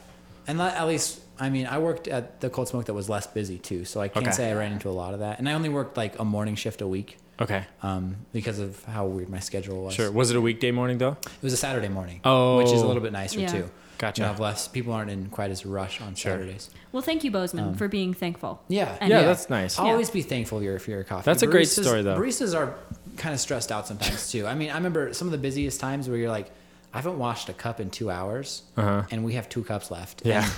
Speaker 1: And that, at least, I mean, I worked at the Cold Smoke that was less busy too, so I can't
Speaker 2: Okay.
Speaker 1: say I ran into a lot of that. And I only worked like a morning shift a week
Speaker 2: Okay.
Speaker 1: um, because of how weird my schedule was.
Speaker 2: Sure. Was it a weekday morning though?
Speaker 1: It was a Saturday morning,
Speaker 2: Oh.
Speaker 1: which is a little bit nicer
Speaker 4: Yeah.
Speaker 1: too.
Speaker 2: Gotcha.
Speaker 1: You know, less people aren't in quite as rush on
Speaker 2: Sure.
Speaker 1: Saturdays.
Speaker 4: Well, thank you, Bozeman, for being thankful.
Speaker 1: um, Yeah.
Speaker 4: And-
Speaker 2: Yeah,
Speaker 4: Yeah.
Speaker 2: that's nice.
Speaker 4: Oh.
Speaker 1: Always be thankful you're, if you're a coffee.
Speaker 2: That's a great story, though.
Speaker 1: Baristas are kind of stressed out sometimes too. I mean, I remember some of the busiest times where you're like, I haven't washed a cup in two hours,
Speaker 2: Uh-huh.
Speaker 1: and we have two cups left.
Speaker 2: Yeah.
Speaker 1: And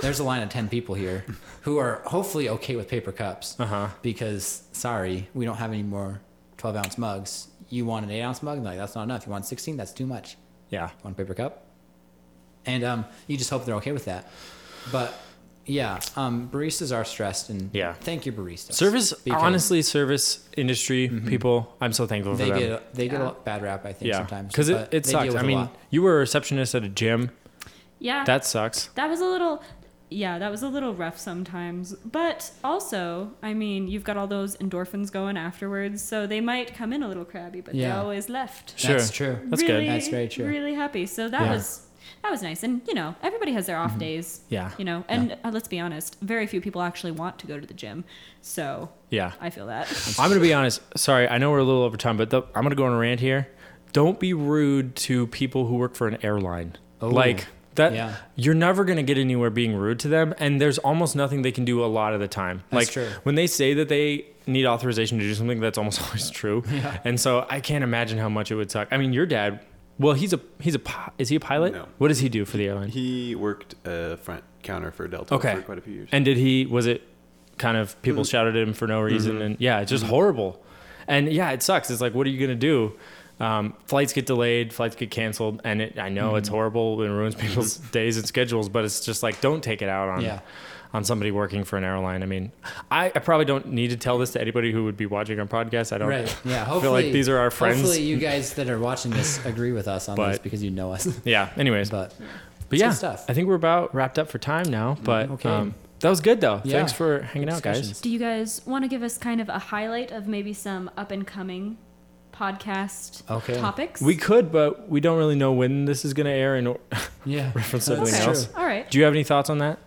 Speaker 1: there's a line of ten people here who are hopefully okay with paper cups
Speaker 2: Uh-huh.
Speaker 1: because sorry, we don't have any more twelve ounce mugs. You want an eight ounce mug? Like that's not enough. You want sixteen? That's too much
Speaker 2: Yeah.
Speaker 1: one paper cup. And um, you just hope they're okay with that. But yeah, um, baristas are stressed, and
Speaker 2: Yeah.
Speaker 1: thank you, baristas.
Speaker 2: Service,
Speaker 1: Because
Speaker 2: honestly, service industry people, I'm so thankful for
Speaker 1: Mm-hmm. they
Speaker 2: them.
Speaker 1: get a, they get
Speaker 4: Yeah.
Speaker 1: a bad rap, I think,
Speaker 2: yeah.
Speaker 1: sometimes
Speaker 2: Because it,
Speaker 1: but
Speaker 2: it
Speaker 1: they
Speaker 2: sucks.
Speaker 1: deal
Speaker 2: I
Speaker 1: with a
Speaker 2: mean,
Speaker 1: lot.
Speaker 2: you were a receptionist at a gym.
Speaker 4: Yeah.
Speaker 2: That sucks.
Speaker 4: That was a little, yeah, that was a little rough sometimes. But also, I mean, you've got all those endorphins going afterwards, so they might come in a little crabby, but
Speaker 1: Yeah.
Speaker 4: they always left.
Speaker 2: Sure.
Speaker 1: that's true.
Speaker 2: That's good.
Speaker 4: really,
Speaker 1: That's very true.
Speaker 4: Really happy. So that
Speaker 2: Yeah.
Speaker 4: was that was nice, and you know, everybody has their off
Speaker 1: Mm-hmm.
Speaker 4: days.
Speaker 2: Yeah.
Speaker 4: You know, and uh, let's be honest, very few people actually want to go to the gym. So
Speaker 2: Yeah.
Speaker 4: I feel that.
Speaker 2: I'm gonna be honest. Sorry, I know we're a little over time, but the, I'm gonna go on a rant here. Don't be rude to people who work for an airline.
Speaker 1: Oh,
Speaker 2: like that,
Speaker 1: yeah.
Speaker 2: you're never gonna get anywhere being rude to them, and there's almost nothing they can do a lot of the time.
Speaker 1: That's
Speaker 2: like
Speaker 1: true.
Speaker 2: when they say that they need authorization to do something, that's almost (laughs) always true. And so I can't imagine how much it would suck. I mean, your dad. Well, he's a he's a pi- is he a pilot?
Speaker 3: No.
Speaker 2: What does he do for the airline?
Speaker 3: He worked uh, front counter for Delta
Speaker 2: Okay.
Speaker 3: for quite a few years.
Speaker 2: And did he was it kind of people
Speaker 3: Mm.
Speaker 2: shouted at him for no
Speaker 1: Mm-hmm.
Speaker 2: reason and yeah, it's just horrible. And yeah, it sucks. It's like what are you gonna do? Um, flights get delayed, flights get canceled, and it, I know
Speaker 1: Mm-hmm.
Speaker 2: it's horrible and ruins people's (laughs) days and schedules. But it's just like don't take it out on
Speaker 1: Yeah.
Speaker 2: on somebody working for an airline. I mean, I, I probably don't need to tell this to anybody who would be watching our podcast. I don't.
Speaker 1: Right. Yeah.
Speaker 2: like
Speaker 1: Hopefully,
Speaker 2: these are our friends.
Speaker 1: Hopefully, you guys that are watching this agree with us on this
Speaker 2: But-
Speaker 1: because you know us.
Speaker 2: (laughs)
Speaker 1: (laughs)
Speaker 2: Yeah. Anyways, but,
Speaker 1: But
Speaker 2: yeah,
Speaker 1: good stuff. Mm-hmm.
Speaker 2: I think we're about wrapped up for time now. But
Speaker 1: Okay.
Speaker 2: um, that was good though.
Speaker 1: Yeah.
Speaker 2: Thanks for hanging out, guys.
Speaker 1: Discussions.
Speaker 4: Do you guys want to give us kind of a highlight of maybe some up and coming podcast
Speaker 1: Okay.
Speaker 4: topics?
Speaker 2: We could, but we don't really know when this is going to air and
Speaker 1: yeah,
Speaker 2: (laughs) reference
Speaker 1: That's
Speaker 2: something
Speaker 4: okay.
Speaker 2: else.
Speaker 4: All right.
Speaker 2: Do you have any thoughts on that?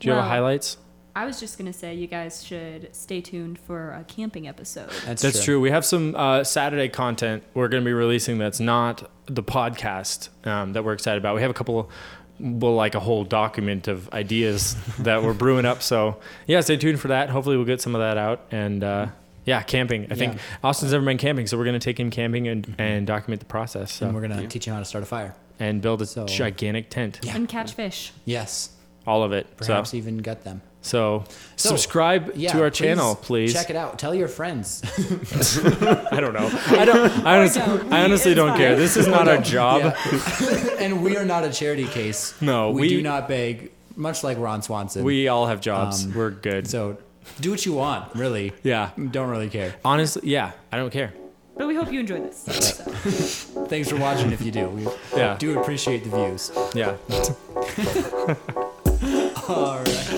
Speaker 2: Do you have
Speaker 4: Well,
Speaker 2: a highlights?
Speaker 4: I was just gonna say you guys should stay tuned for a camping episode.
Speaker 1: That's,
Speaker 2: That's true. We have some uh, Saturday content we're going to be releasing that's not the podcast um, that we're excited about. We have a couple, well, like a whole document of
Speaker 1: (laughs)
Speaker 2: ideas that we're brewing up. So yeah, stay tuned for that. Hopefully, we'll get some of that out. And uh, yeah, camping. I think
Speaker 1: Yeah. Mm-hmm.
Speaker 2: Austin's never been camping, so we're going to take him camping and, and document the process so,
Speaker 1: And we're gonna
Speaker 3: Yeah.
Speaker 1: teach you how to start a fire.
Speaker 2: and build a
Speaker 1: So-
Speaker 2: gigantic tent.
Speaker 1: Yeah.
Speaker 4: And catch fish.
Speaker 1: Yes.
Speaker 2: All of it. So
Speaker 1: Perhaps even gut them.
Speaker 2: So,
Speaker 1: So,
Speaker 2: subscribe
Speaker 1: Yeah.
Speaker 2: to our channel, please.
Speaker 1: Check it out. Tell your friends.
Speaker 2: I don't know. (laughs) I don't. I honestly,
Speaker 4: don't.
Speaker 2: I honestly
Speaker 4: It's
Speaker 2: don't care.
Speaker 4: fine.
Speaker 2: This is not our job.
Speaker 1: Yeah. and we are not a charity case.
Speaker 2: No,
Speaker 1: we,
Speaker 2: we-
Speaker 1: do not beg, much like Ron Swanson.
Speaker 2: We all have jobs.
Speaker 1: Um,
Speaker 2: We're good.
Speaker 1: so do what you want, really.
Speaker 2: yeah.
Speaker 1: Don't really care.
Speaker 2: Honestly, yeah. I don't care.
Speaker 4: But we hope you enjoy this. So.
Speaker 1: Thanks for watching if you do. We
Speaker 2: Yeah.
Speaker 1: do appreciate the views.
Speaker 2: Yeah.
Speaker 1: All right.